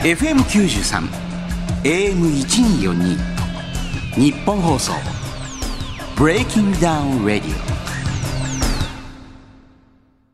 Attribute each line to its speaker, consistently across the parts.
Speaker 1: FM93 AM1242 日本放送 Breaking Down Radio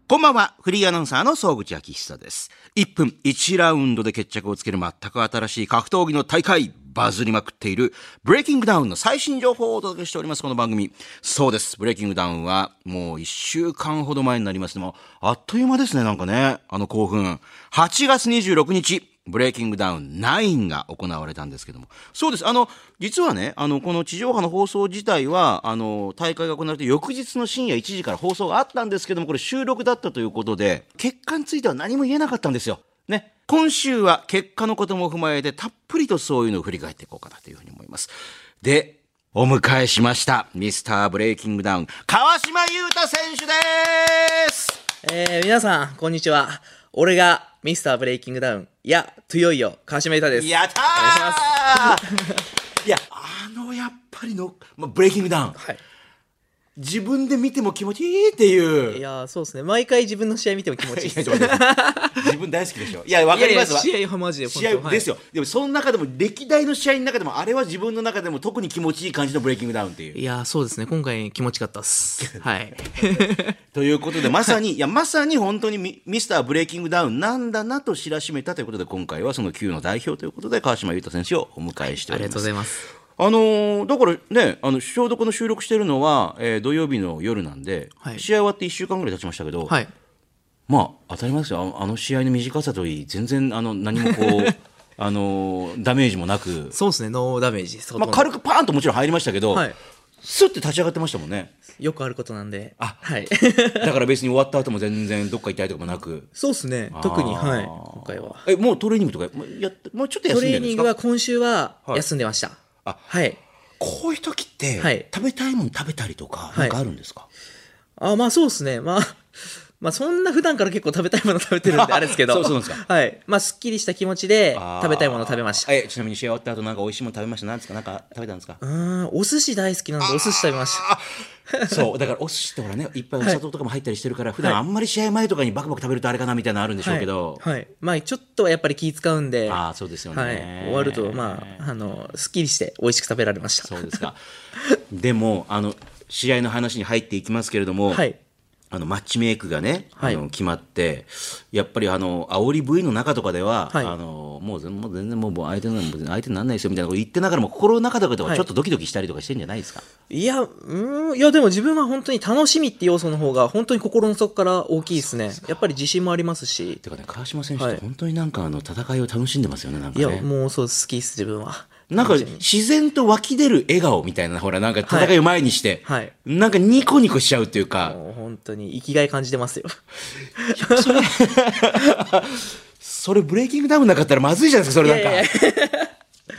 Speaker 1: こんばんは、フリーアナウンサーの総口昭久です。1分1ラウンドで決着をつける全く新しい格闘技の大会、バズりまくっている、ブレイキングダウンの最新情報をお届けしております、この番組。そうです、ブレイキングダウンは、もう1週間ほど前になりますね。もうあっという間ですね、なんかね、あの興奮。8月26日、ブレイキングダウン9が行われたんですけども。そうです。あの、実はね、あの、この地上波の放送自体は、あの、大会が行われて翌日の深夜1時から放送があったんですけども、これ収録だったということで、結果については何も言えなかったんですよ。ね。今週は結果のことも踏まえて、たっぷりとそういうのを振り返っていこうかなというふうに思います。で、お迎えしました。ミスターブレイキングダウン、川島優太選手です
Speaker 2: えー、皆さん、こんにちは。俺がミスターブレイキングダウン、いや、トゥヨイヨ、川島優太です。
Speaker 1: やったーいや、あの、やっぱりの、まあ、ブレイキングダウン。
Speaker 2: はい。
Speaker 1: 自分で見ても気持ちいいっていう。
Speaker 2: い
Speaker 1: い や
Speaker 2: やー、そうですね。毎回自分の試合見ても気持ちいいで
Speaker 1: ち
Speaker 2: す。
Speaker 1: ょっと待って自分大好きでしょ。いや、わかりますわ。
Speaker 2: いやいや試合はマジで本
Speaker 1: 試
Speaker 2: 当
Speaker 1: 合ですよ、でもその中でも歴代の試合の中でもあれは自分の中でも特に気持ちいい感じのブレイキングダウンっていう。
Speaker 2: いやー、そうですね。今回気持ちよかった っす。はい。
Speaker 1: ということでまさにいやまさに本当にミミスターブレイキングダウンなんだなと知らしめたということで今回はその旧の代表ということで川島優太選手をお迎えして
Speaker 2: あ
Speaker 1: お
Speaker 2: り
Speaker 1: りま
Speaker 2: がとう
Speaker 1: す
Speaker 2: ご。ざいます。
Speaker 1: あのーだからね、あの、ちょうどこの収録してるのは、えー土曜日の夜なんで、
Speaker 2: はい
Speaker 1: 試合終わって1週間ぐらい経ちましたけど、
Speaker 2: はい。
Speaker 1: まあ、当たり前ですよ。あのあの試合の短さといい、全然、あの、何もこ う、あのーダメージもなく、
Speaker 2: そうですね。ノーダメージです。
Speaker 1: まあ、軽くパーンともちろん入りましたけど、
Speaker 2: はい
Speaker 1: スッて立ち上がってましたもん ね。
Speaker 2: よくあることなんで。
Speaker 1: あ
Speaker 2: はい。
Speaker 1: だから別に終わった後も全然どっか痛いとかもなく。
Speaker 2: そうですね。特に、
Speaker 1: あー
Speaker 2: はい。今回は。
Speaker 1: え、もうトレーニングとか、もうやってもうちょっと休
Speaker 2: ト
Speaker 1: んで
Speaker 2: レー
Speaker 1: るんです
Speaker 2: ニン
Speaker 1: か
Speaker 2: グは今週は
Speaker 1: はい
Speaker 2: 休んでました。
Speaker 1: あ
Speaker 2: はい。
Speaker 1: こういう時って、
Speaker 2: はい
Speaker 1: 食べたいもの食べたりとか、
Speaker 2: い
Speaker 1: なんかあるんですか、
Speaker 2: あまあそうですね。まあ、まあそんな普段から結構食べたいもの食べ てるんであれですけど。
Speaker 1: そうそうなんです
Speaker 2: はい。まあすっきりした気持ちで
Speaker 1: あー
Speaker 2: 食べたいもの食べました。
Speaker 1: えちなみに試合終わった後なんか美味しいもの食べましたなんですかなんか食べたんですか
Speaker 2: うーん、お寿司大好きなんでお寿司食べました。
Speaker 1: そうだからお寿司ってほらねいっぱいお砂糖とかも入ったりしてるから、普段あんまり試合前とかにバクバク食べるとあれかなみたいなのあるんでしょうけど、
Speaker 2: はい。はいまあちょっとはやっぱり気使うんで。
Speaker 1: ああそうですよね、
Speaker 2: はい。終わると、まあ、あの、すっきりして美味しく食べられました。
Speaker 1: そうですかでもあの試合の話に入っていきますけれども、
Speaker 2: はい。
Speaker 1: あのマッチメイクがね、
Speaker 2: はい
Speaker 1: あの決まってやっぱりあの煽り V の中とかでは、
Speaker 2: はい
Speaker 1: あのもう全もう全然もうもう相手なんもう相手になんないですよみたいなこと言ってながらも心の中とかでは
Speaker 2: はい
Speaker 1: ちょっとドキドキしたりとかしてんじゃないですか、
Speaker 2: いや、うーん、いやでも自分は本当に楽しみって要素の方が本当に心の底から大きいですね。やっぱり自信もありますし。
Speaker 1: てかね川島選手っ
Speaker 2: は
Speaker 1: て
Speaker 2: い
Speaker 1: 本当になんかあの戦いを楽しんでますよねなんか
Speaker 2: いや、
Speaker 1: ね。
Speaker 2: もうそうです好きです、自分は。
Speaker 1: なんか自然と湧き出る笑顔みたいなほらなんか戦いを前にして、
Speaker 2: はい
Speaker 1: なんかニコニコしちゃうっていうか
Speaker 2: もう本当に生きがい感じてますよ。
Speaker 1: それブレイキングダウンなかったらまずいじゃないですかそれなんか
Speaker 2: いやい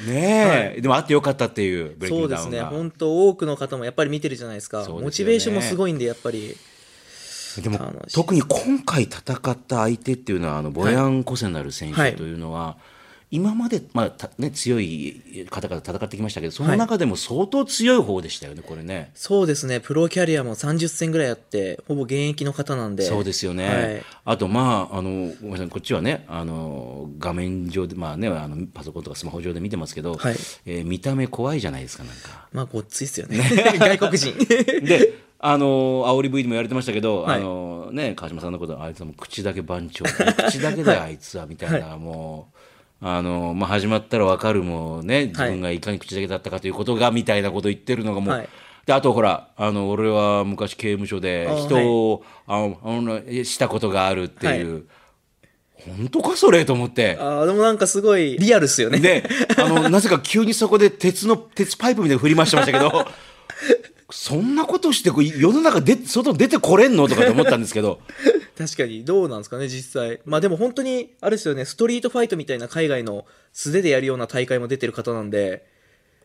Speaker 1: ねえ、でもあってよかったっていうブレイキン
Speaker 2: そ
Speaker 1: グ
Speaker 2: うで
Speaker 1: ダウ
Speaker 2: す
Speaker 1: ン
Speaker 2: ね、
Speaker 1: が
Speaker 2: 本当多くの方もやっぱり見てるじゃないです
Speaker 1: そ
Speaker 2: か。
Speaker 1: うですよね
Speaker 2: モチベーションもすごいんで、やっぱり。
Speaker 1: でも
Speaker 2: 楽しい
Speaker 1: 特に今回戦った相手っていうのはあのボヤン・コセナル選
Speaker 2: は
Speaker 1: 手
Speaker 2: い
Speaker 1: というのは、今まで、まあたね、強い方々と戦ってきましたけどその中でも相当強い方でしたよねこれね。
Speaker 2: そうですね、プロキャリアも30戦ぐらいあって、ほぼ現役の方なんで。
Speaker 1: そうですよね、
Speaker 2: はい
Speaker 1: あとまああのごめんなさいこっちはねあの画面上でまあねあのパソコンとかスマホ上で見てますけど、
Speaker 2: はい。
Speaker 1: えー見た目怖いじゃないですかなんか
Speaker 2: まあ、ごっついっすよね。 外国人。
Speaker 1: であの煽り V でも言われてましたけど、
Speaker 2: はい
Speaker 1: あのね川島さんのことあいつはもう口だけ番長口だけであいつはみたいな、もう。あのまあ、始まったら分かるもうね自分がいかに口だけだったかということが、みたいなこと言ってるのがもう、
Speaker 2: はい
Speaker 1: であとほらあの俺は昔刑務所で
Speaker 2: あー
Speaker 1: 人をあのあのしたことがあるっていう、本当かそれと思って
Speaker 2: ああ、でもなんかすごいリアルっすよね。
Speaker 1: であのなぜか急にそこで鉄の鉄パイプみたいに振り回してましたけどそんなことしてこう世の中で外出てこれんのとかと思ったんですけど
Speaker 2: 確かに、どうなんですかね、実際。まあでも本当に、あれですよね、ストリートファイトみたいな海外の素手でやるような大会も出てる方なんで、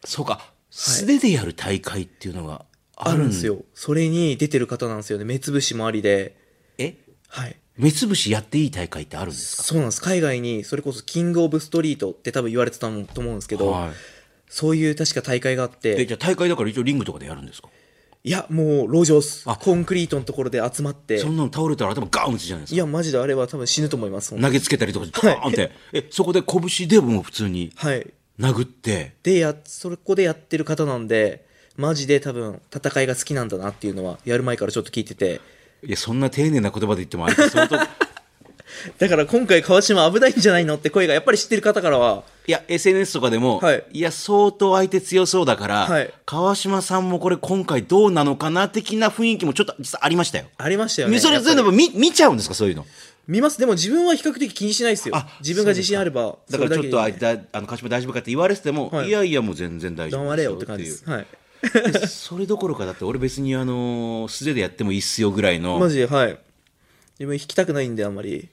Speaker 1: そうか素手でやる大会っていうのがあ
Speaker 2: あ
Speaker 1: る
Speaker 2: る
Speaker 1: ん
Speaker 2: ん
Speaker 1: で
Speaker 2: ですす
Speaker 1: よ。
Speaker 2: よ。それに出てる方なんですよね、目つぶしもありで。
Speaker 1: え
Speaker 2: はい。
Speaker 1: 目つぶしやっていい大会ってあるんですか
Speaker 2: そうなんです海外にそれこそキング・オブ・ストリートって多分言われてたもんと思うんですけど、
Speaker 1: はい
Speaker 2: そういう確か大会があっ
Speaker 1: え
Speaker 2: て
Speaker 1: じゃあ大会だから一応リングとかでやるんですか
Speaker 2: いや、もう、路上っす
Speaker 1: あ。
Speaker 2: コンクリートのところで集まって
Speaker 1: そ。んなの倒れたら頭ガーン打つじゃないです
Speaker 2: いや、マジであれは多分死ぬと思います。
Speaker 1: か。投げつけたりとか、ガーンって。え、そこで拳でもう普通に
Speaker 2: はい。
Speaker 1: 殴って、
Speaker 2: で、や、そこでやってる方なんで、マジで多分、戦いが好きなんだなっていうのは、やる前からちょっと聞いてて。
Speaker 1: いや、そんな丁寧な言葉で言ってもあれです相当い
Speaker 2: だから今回、川島危ないんじゃないのって声が、やっぱり知ってる方からは、
Speaker 1: や、SNS とかでも、
Speaker 2: はい
Speaker 1: い、や、相当相手強そうだから、
Speaker 2: はい
Speaker 1: 川島さんもこれ今回どうなのかな的な雰囲気もちょっと実はありましたよ。
Speaker 2: ありましたよね。
Speaker 1: それ
Speaker 2: やっぱり
Speaker 1: 全部見見ちゃうんですか、そういうの。
Speaker 2: 見ます。でも自分は比較的気にしないですよ
Speaker 1: あ。
Speaker 2: 自分が自信あれば、
Speaker 1: だからちょっ
Speaker 2: それ
Speaker 1: と、
Speaker 2: だ
Speaker 1: あ
Speaker 2: けでいいんで
Speaker 1: だあの、鹿島大丈夫かって言われてても、
Speaker 2: はい
Speaker 1: い、やいや、もう全然大丈夫
Speaker 2: 黙れよって感じで
Speaker 1: です
Speaker 2: す。はい。
Speaker 1: よっていう。 それどころか、だって俺別にあの、素手でやってもいいっすよぐらいの。
Speaker 2: マジで、はい。自分引きたくないんで、あんまり。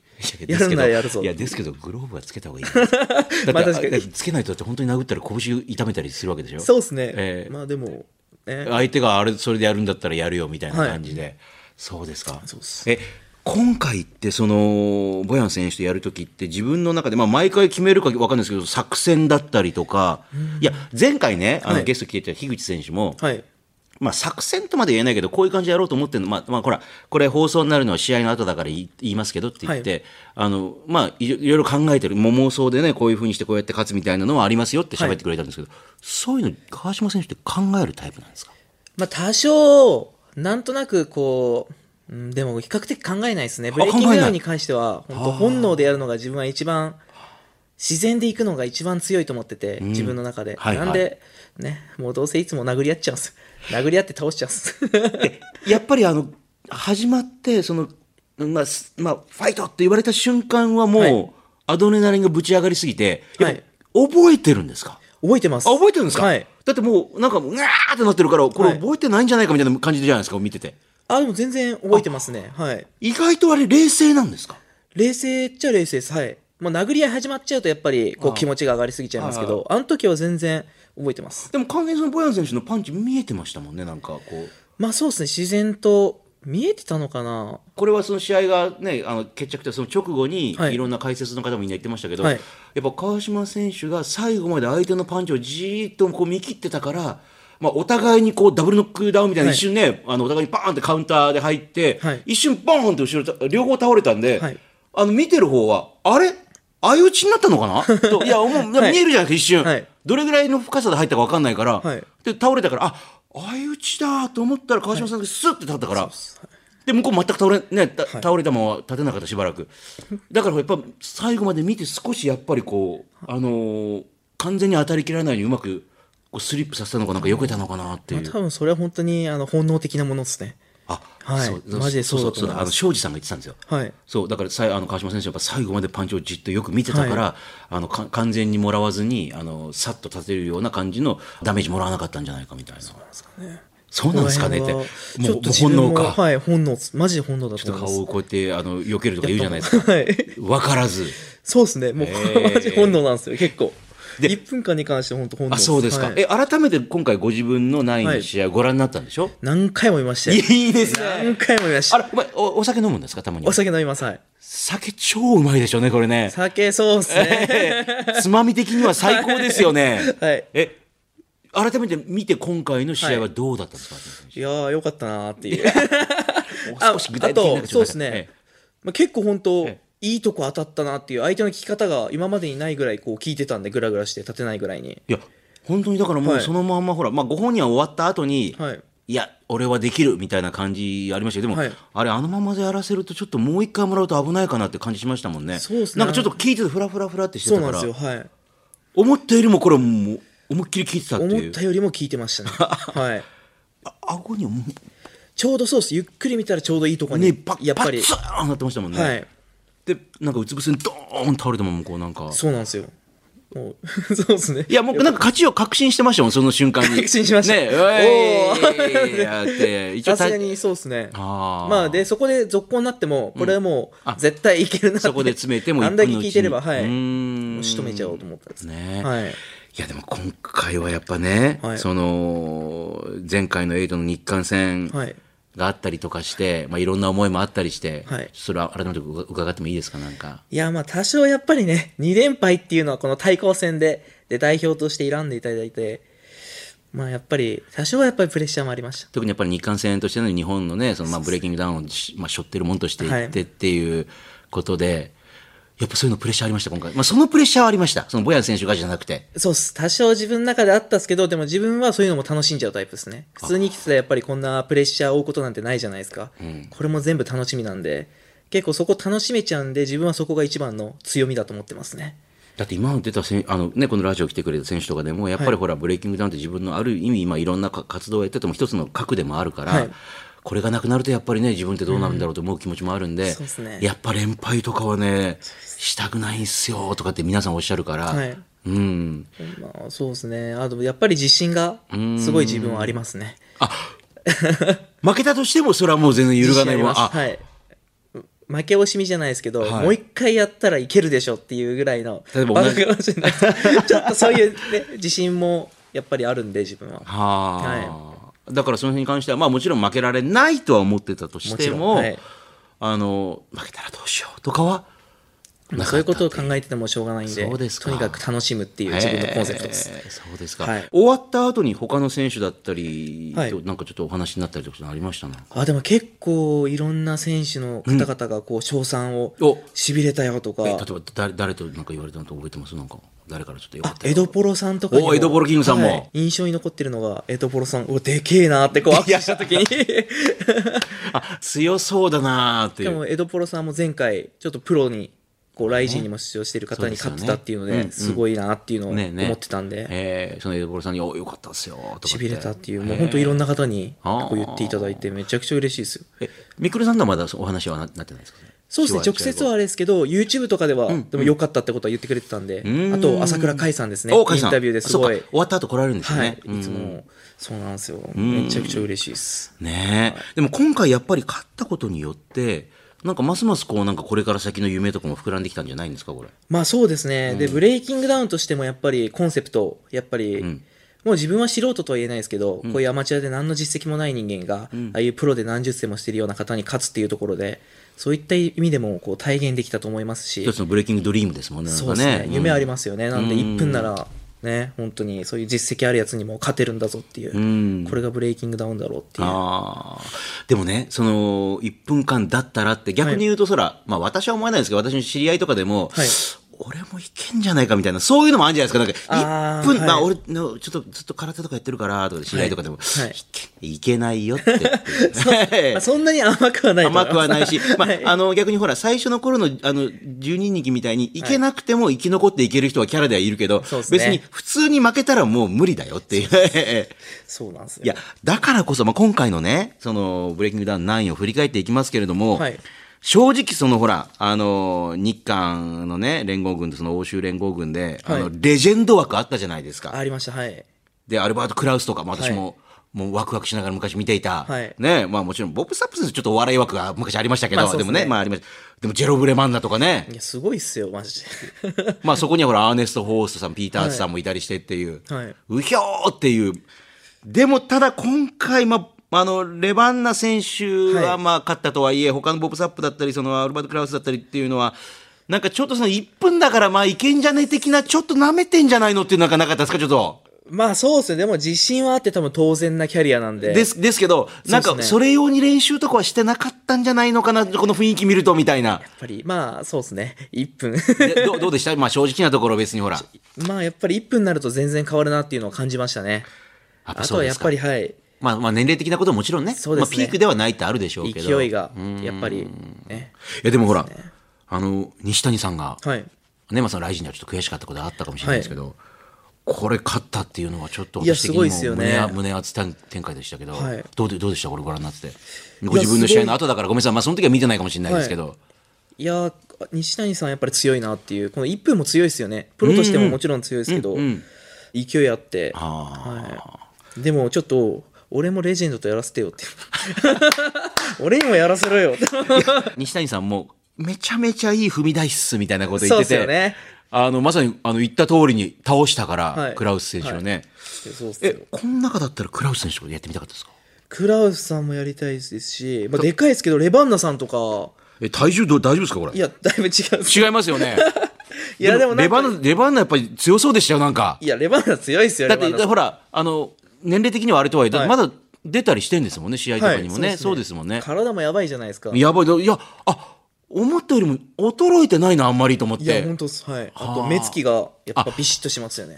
Speaker 1: いで
Speaker 2: や
Speaker 1: す
Speaker 2: る
Speaker 1: け
Speaker 2: な
Speaker 1: ど
Speaker 2: らやるぞ。
Speaker 1: いや、ですけど、グローブはつけた方が いいんじゃないですか。だって、
Speaker 2: まあ確かに
Speaker 1: だってつけないとだって本当に殴ったら拳痛めたりするわけでしょ
Speaker 2: そうですね。
Speaker 1: ええ
Speaker 2: まあでも、ね、
Speaker 1: 相手があれ、それでやるんだったらやるよみたいな感じで。そうですか。
Speaker 2: そうっす
Speaker 1: え、今回って、その、ボヤン選手とやるときって自分の中で、まあ毎回決めるかわかんないですけど、作戦だったりとか、いや、前回ね、あ
Speaker 2: は
Speaker 1: の、
Speaker 2: い
Speaker 1: ゲスト来てた樋口選手も、
Speaker 2: はい。
Speaker 1: まあ、作戦とまで言えないけど、こういう感じでやろうと思ってるの、まあ、まあ、ほら、これ放送になるのは試合の後だから言い言いますけどって言って、
Speaker 2: は
Speaker 1: あの、まあ、いろいろいろ考えてる、もう妄想でね、こういうふうにしてこうやって勝つみたいなのはありますよって喋ってくれたんですけど、そういうの、川島選手って考えるタイプなんですか
Speaker 2: まあ多少、なんとなくこう、うんでも比較的考えないですね。ブレイキン
Speaker 1: 考
Speaker 2: グ
Speaker 1: えない
Speaker 2: ダウンに関しては、本当本能でやるのが自分は一番、自然で行くのが一番強いと思ってて、自分の中で。
Speaker 1: はいはい
Speaker 2: なんで、ね、もうどうせいつも殴り合っちゃうんです。殴り合って倒しちゃうんです。
Speaker 1: やっぱりあの、始まって、その、まあ、すまあ、ファイトって言われた瞬間はもう、
Speaker 2: はい
Speaker 1: アドレナリンがぶち上がりすぎて、
Speaker 2: はい
Speaker 1: やっぱ覚えてるんですか
Speaker 2: 覚えてます。
Speaker 1: あ、覚えてるんですか、
Speaker 2: はい。
Speaker 1: だってもう、なんかもう、うわーってなってるから、これ覚えてないんじゃないかみたいな感じじゃないですか、見てて。
Speaker 2: あ、でも全然覚えてますね。はい。
Speaker 1: 意外とあれ冷静なんですか
Speaker 2: 冷静っちゃ冷静です。はい。もう殴り合い始まっちゃうとやっぱりこう気持ちが上がりすぎちゃいますけど、あの時は全然覚えてます。
Speaker 1: でも完全にそのボヤン選手のパンチ見えてましたもんねなんかこう
Speaker 2: まあそうですね、自然と見えてたのかな
Speaker 1: これはその試合がねあの決着ってその直後に
Speaker 2: はい
Speaker 1: いろんな解説の方もみんな言ってましたけど、
Speaker 2: はい
Speaker 1: やっぱ川島選手が最後まで相手のパンチをじーっとこう見切ってたから、まあ、お互いにこうダブルノックダウンみたいな
Speaker 2: はい
Speaker 1: 一瞬ね、あのお互いにパーンってカウンターで入って、
Speaker 2: はい
Speaker 1: 一瞬ボーンって後ろた両方倒れたんで、
Speaker 2: はい
Speaker 1: あの見てる方はあれ相打ちになったのかなといや思う
Speaker 2: はい
Speaker 1: 見えるじゃないですか一瞬、
Speaker 2: はい
Speaker 1: どれぐらいの深さで入ったか分かんないから、
Speaker 2: はい
Speaker 1: で倒れたからあ相打ちだと思ったら川島さんがスッて立ったから、で向こう全く倒れ,、ねた倒れたまま立てなかったしばらくだからやっぱ最後まで見て少しやっぱりこう、あのー完全に当たりきらないようにうまくこうスリップさせたのかなんか避けたのかなっていう、
Speaker 2: 多分それは本当にあの本能的なものですね。
Speaker 1: あ、
Speaker 2: はいマジでそうだと思
Speaker 1: そ
Speaker 2: います
Speaker 1: うあの庄司さんが言ってたんですよ
Speaker 2: はい。
Speaker 1: そうだからさいあの川島選手はやっぱ最後までパンチをじっとよく見てたから、あのか完全にもらわずにあのさっと立てるような感じのダメージもらわなかったんじゃないかみたいなそうなんですかねっても
Speaker 2: こ
Speaker 1: う
Speaker 2: の辺はちょっと自
Speaker 1: 本
Speaker 2: 分も
Speaker 1: 能か、
Speaker 2: はい、本能っす。マジで本能だと思いま
Speaker 1: 顔
Speaker 2: す。
Speaker 1: をこうやってあの避けるとか言うじゃないですか
Speaker 2: はい。
Speaker 1: 分からず
Speaker 2: そうですね。もう、
Speaker 1: えー
Speaker 2: マジ本能なんですよ、結構。
Speaker 1: で
Speaker 2: 1分間に関して本当本能
Speaker 1: あそうですか、
Speaker 2: はい
Speaker 1: え改めて今回ご自分のナインの試合ご覧になったんでしょ、
Speaker 2: 何回も見ましたよ。
Speaker 1: いいです
Speaker 2: 何回も見まし
Speaker 1: あ
Speaker 2: た。
Speaker 1: れお前おお酒飲むんですかたまに
Speaker 2: お酒飲みます。はい。
Speaker 1: 酒超うまいでしょうねこれ ね
Speaker 2: 酒、そうですね。
Speaker 1: つまみ的には最高ですよね
Speaker 2: はい。
Speaker 1: え改めて見て今回の試合はどうだったんですか、
Speaker 2: いやー、よかったなーっていう。
Speaker 1: もう少し具体的にな
Speaker 2: あ
Speaker 1: ん
Speaker 2: と
Speaker 1: か
Speaker 2: そ
Speaker 1: ちょっ
Speaker 2: うです
Speaker 1: となんか
Speaker 2: ね
Speaker 1: え、
Speaker 2: まあ、結構本当、
Speaker 1: え
Speaker 2: いいとこ当たったなっていう相手の聞き方が今までにないぐらいこう聞いてたんでグラグラして立てないぐらいに
Speaker 1: えいや本当にだからも
Speaker 2: は
Speaker 1: う
Speaker 2: い
Speaker 1: そのまんまほら、まあ、ご本人は終わった後に、
Speaker 2: はい
Speaker 1: いや、俺はできるみたいな感じありましたけど、でも、
Speaker 2: はい
Speaker 1: あれ、あのままでやらせると、ちょっともう一回もらうと危ないかなって感じしましたもんね。
Speaker 2: そうっすね
Speaker 1: なんかちょっと聞いてて、フラフラフラってして
Speaker 2: そう
Speaker 1: た
Speaker 2: なん
Speaker 1: か
Speaker 2: で
Speaker 1: ら
Speaker 2: す、よはい
Speaker 1: 思ったよりもこれ、もう思いっきり聞いてたってい
Speaker 2: 思
Speaker 1: う
Speaker 2: っ。たよりも聞いてました ねはい
Speaker 1: あ顎にも
Speaker 2: ちょうどそうですゆっくり見たらちょうどいいとこ
Speaker 1: ね、
Speaker 2: に、
Speaker 1: パッ、
Speaker 2: やっぱり
Speaker 1: パッツーンなってましたもんね。
Speaker 2: はい
Speaker 1: で、なんかうつ伏せにドーン倒れたまま、こうなんか。
Speaker 2: そうなんですよもう そうですね
Speaker 1: いや、もうなんか勝ちを確信してましたもん、その瞬間に。
Speaker 2: 確信しました
Speaker 1: ね、
Speaker 2: お
Speaker 1: おいやって、一応
Speaker 2: さ
Speaker 1: た
Speaker 2: すがにそうですね
Speaker 1: あー
Speaker 2: まあでそこで続行になってもこれはもう絶対いけるなって、
Speaker 1: そこで詰めても一
Speaker 2: あん
Speaker 1: 分
Speaker 2: だけ
Speaker 1: のうち
Speaker 2: 聞
Speaker 1: に
Speaker 2: いてればはいう
Speaker 1: ーん
Speaker 2: もう仕留めちゃおうと思ったんです
Speaker 1: ね
Speaker 2: はい
Speaker 1: いやでも今回はやっぱね、
Speaker 2: はい
Speaker 1: その前回のエイトの日韓戦
Speaker 2: はい
Speaker 1: があったりとかして、いまあ、いろんな思いもあったりして、
Speaker 2: はい
Speaker 1: それは改めて伺伺ってもいいですかなんか。
Speaker 2: いや、まあ多少やっぱりね、2連敗っていうのはこの対抗戦で、で、代表として選んでいただいて、まあやっぱり、多少はやっぱりプレッシャーもありました。
Speaker 1: 特にやっぱり日韓戦としての日本のね、そのまあブレイキングダウンをし、まあ、背負ってるもんとしていってっていうことで、やっぱそういうのプレッシャーありました、今回。まあ、そのプレッシャーはありました。そのボヤン選手がじゃなくて。
Speaker 2: そうっす。多少自分の中であったっすけど、でも自分はそういうのも楽しんじゃうタイプですね。普通に生きてたらやっぱりこんなプレッシャーを負うことなんてないじゃないですか。これも全部楽しみなんで、結構そこ楽しめちゃうんで、自分はそこが一番の強みだと思ってますね。
Speaker 1: だって今出た選あの、ね、このラジオ来てくれた選手とかでも、やっぱりほら、ブレイキングダウンって自分のある意味、今いろんなか活動をやってても一つの核でもあるから、
Speaker 2: はい
Speaker 1: これがなくなるとやっぱりね、自分ってどうなるんだろうと思う気持ちもあるんで、
Speaker 2: そうっすね
Speaker 1: やっぱ連敗とかはね、したくないんすよとかって皆さんおっしゃるから、
Speaker 2: はい
Speaker 1: うん。
Speaker 2: まあ、そうですね。あと、やっぱり自信がすごい自分はありますね。
Speaker 1: 負けたとしても、それはもう全然揺るがないもん。
Speaker 2: 自信あ
Speaker 1: あ
Speaker 2: りますはい。負け惜しみじゃないですけど、
Speaker 1: はい
Speaker 2: もう一回やったらいけるでしょっていうぐらいの、
Speaker 1: 例えば同じ
Speaker 2: バカかもしれない ちょっとそういう、ね、自信もやっぱりあるんで、自分は。
Speaker 1: はあ、だからその辺に関しては、まあ、もちろん負けられないとは思ってたとしても
Speaker 2: もちろんはい
Speaker 1: あの負けたらどうしようとかはなかった
Speaker 2: そういうことを考えててもしょうがないんで、
Speaker 1: そうですか
Speaker 2: とにかく楽しむっていう自分のコンセプトです。
Speaker 1: へえそうですか、
Speaker 2: はい
Speaker 1: 終わった後に他の選手だったりと、
Speaker 2: はい
Speaker 1: なんかちょっとお話になったりとかありましたね
Speaker 2: あでも結構いろんな選手の方々がこう称賛を
Speaker 1: お
Speaker 2: しびれたよとか、
Speaker 1: 例えば誰誰となんか言われたのと覚えてますなんか誰からちょっとよか
Speaker 2: あ
Speaker 1: った
Speaker 2: エドポロさんとかにも
Speaker 1: おエドポロキングさんも
Speaker 2: はい印象に残ってるのがエドポロさんおでけえなってこう握手した時に
Speaker 1: あ強そうだなーってい
Speaker 2: で
Speaker 1: う
Speaker 2: もエドポロさんも前回ちょっとプロにこうライジンにも出場してる方に勝ってたっていうの
Speaker 1: そうですよねうんう
Speaker 2: で
Speaker 1: ん
Speaker 2: すごいなっていうのを
Speaker 1: ねえね
Speaker 2: 思ってたんで
Speaker 1: えーそのエドボロさんに「およかったっすよ」とかって
Speaker 2: しびれたっていうもう本当いろんな方に
Speaker 1: あー
Speaker 2: こう言っていただいてめちゃくちゃ嬉しいですよ
Speaker 1: えみくるさんとはまだお話はななってないですか
Speaker 2: そうですね直接はあれですけど YouTube とかではでも良かったってことは言ってくれてたんで
Speaker 1: ーん
Speaker 2: あと朝倉海さんですねイ
Speaker 1: お甲斐さん
Speaker 2: ンタビューですご
Speaker 1: あそ
Speaker 2: いう
Speaker 1: か終わった後来られるんですよ
Speaker 2: は
Speaker 1: ね
Speaker 2: い、
Speaker 1: うん
Speaker 2: いつもそうなんですよめちゃくちゃ嬉しいです
Speaker 1: ねえでも今回やっぱり勝ったことによってなんかますますこうなんかこれから先の夢とかも膨らんできたんじゃないんですかこれ
Speaker 2: まあそうですね、でブレイキングダウンとしてもやっぱりコンセプトやっぱり、もう自分は素人とは言えないですけど、こういうアマチュアで何の実績もない人間が、ああいうプロで何十戦もしてるような方に勝つっていうところでそういった意味でもこう体現できたと思いますし
Speaker 1: 一つのブレイキングドリームですもんねなん
Speaker 2: そう
Speaker 1: か
Speaker 2: ですね
Speaker 1: ね
Speaker 2: 夢あり
Speaker 1: ま
Speaker 2: ますよね、なんで1分ならね本当にそういう実績あるやつにも勝てるんだぞっていう、
Speaker 1: ん
Speaker 2: これがブレイキングダウンだろうっていう
Speaker 1: ああでもねその1分間だったらって逆に言うとそら、まあ私は思わないですけど私の知り合いとかでも、
Speaker 2: はい
Speaker 1: 俺もいけんじゃないかみたいなそういうのもあるんじゃないですかなんか
Speaker 2: あ
Speaker 1: 1
Speaker 2: ー
Speaker 1: 分
Speaker 2: はい
Speaker 1: まあ俺のちょっとずっと空手とかやってるからとかで知り合いとかでも、
Speaker 2: はいはい
Speaker 1: いけいけないよってって
Speaker 2: まあそんなに甘くはないと思
Speaker 1: 甘
Speaker 2: います
Speaker 1: くはないし、まあ
Speaker 2: はい
Speaker 1: あの逆にほら最初の頃のあの12人気みたいにいけなくても生き残っていける人はキャラではいるけど、
Speaker 2: そうですね
Speaker 1: 別に普通に負けたらもう無理だよっていう。
Speaker 2: そうなんですよ
Speaker 1: いやだからこそ、まあ、今回のねそのブレイキングダウン9を振り返っていきますけれども、
Speaker 2: はい
Speaker 1: 正直そのほらあの日韓のね連合軍とその欧州連合軍で、あ
Speaker 2: は
Speaker 1: のレジェンド枠あったじゃないですか。
Speaker 2: ありましたはい
Speaker 1: で、アルバート・クラウスとかも私も、もうワクワクしながら昔見ていた。
Speaker 2: はい
Speaker 1: ねまあもちろん、ボブ・サップスちょっとお笑い枠が昔ありましたけど、
Speaker 2: まあそう
Speaker 1: で
Speaker 2: です
Speaker 1: も
Speaker 2: ね
Speaker 1: ね、まあありました。でも、ジェロブレマンダとかね
Speaker 2: い。やすごいっすよマジで
Speaker 1: まあそこにはほら、アーネスト・ホーストさん、ピーターズさんもいたりしてっていう。
Speaker 2: はいう
Speaker 1: ひょーっていう。でも、ただ今回、まあ、あの、レバンナ選手
Speaker 2: は
Speaker 1: はいまあ勝ったとはいえ、他のボブ・サップだったり、そのアルバート・クラウスだったりっていうのは、なんかちょっとその1分だからまあいけんじゃね的な、ちょっと舐めてんじゃないのっていうのがなかったですか、ちょっと。
Speaker 2: まあそうですねでも自信はあって多分当然なキャリアなんで
Speaker 1: ですですけど、なん
Speaker 2: そう
Speaker 1: か
Speaker 2: ですね
Speaker 1: それ用に練習とかはしてなかったんじゃないのかな、この雰囲気見るとみたいな。
Speaker 2: やっぱりまあそうですね1分
Speaker 1: でどうどうでした、ま あ、正直なところ、別にほら、
Speaker 2: まあやっぱり1分になると全然変わるなっていうのを感じましたね
Speaker 1: あ
Speaker 2: あとはやっぱりはい
Speaker 1: まあ、まあ年齢的なことももちろんね、
Speaker 2: そうで
Speaker 1: ますあ、
Speaker 2: ね
Speaker 1: ピークではないってあるでしょうけど、
Speaker 2: 勢いがやっぱりね
Speaker 1: いやでもほら、あの西谷さんが、
Speaker 2: はい
Speaker 1: ねまあ、そのライジンにはちょっと悔しかったことがあったかもしれないですけど、これ、勝ったっていうのは、ちょっと
Speaker 2: いや
Speaker 1: 私的
Speaker 2: すご
Speaker 1: に
Speaker 2: いっす
Speaker 1: も
Speaker 2: よね
Speaker 1: 胸あ胸熱展開でしたけど、
Speaker 2: はい
Speaker 1: どうでどうでした、これ、ご覧になってて、ご自分の試合の後だから、ごめんなさい、まあ、その時は見てないかもしれないですけど。
Speaker 2: いやー西谷さんやっぱり強いなっていうこの1分も強いですよねプロとしてももちろん強いですけど、勢いあって、はい、でもちょっと俺もレジェンドとやらせてよって 俺にもやらせろよって
Speaker 1: 西谷さんもめちゃめちゃいい踏み台っすみたいなこと言
Speaker 2: そ
Speaker 1: っ
Speaker 2: う
Speaker 1: て
Speaker 2: で
Speaker 1: て、
Speaker 2: すよね
Speaker 1: あのまさにあの言った通りに倒したから、
Speaker 2: はい
Speaker 1: クラウス選手をね、
Speaker 2: そうっすよ
Speaker 1: えこの中だったらクラウス選手とやってみたかったですか
Speaker 2: クラウスさんもやりたいですし、まあ、でかいですけどレバンナさんとか
Speaker 1: え体重どう大丈夫ですかこれ
Speaker 2: いやだいぶ違う
Speaker 1: 違いますよね
Speaker 2: いやでもなん
Speaker 1: レバ
Speaker 2: か
Speaker 1: ンナレバンナやっぱり強そうでしたよなんか
Speaker 2: いやレバンナ強いですよ
Speaker 1: だっ
Speaker 2: レバ
Speaker 1: て
Speaker 2: ンナさん
Speaker 1: ほらあの年齢的にはあれとはいえ、
Speaker 2: はい
Speaker 1: まだ出たりしてんですもんね、試合とかにもね。
Speaker 2: はい
Speaker 1: そうですもんね。
Speaker 2: 体もやばいじゃないですか
Speaker 1: やばいな、いや、あ思ったよりも衰えてないな、あんまりと思っ
Speaker 2: いや
Speaker 1: て
Speaker 2: 本。当ですはい
Speaker 1: はあ
Speaker 2: あと目つきがやっぱビシッとしますよね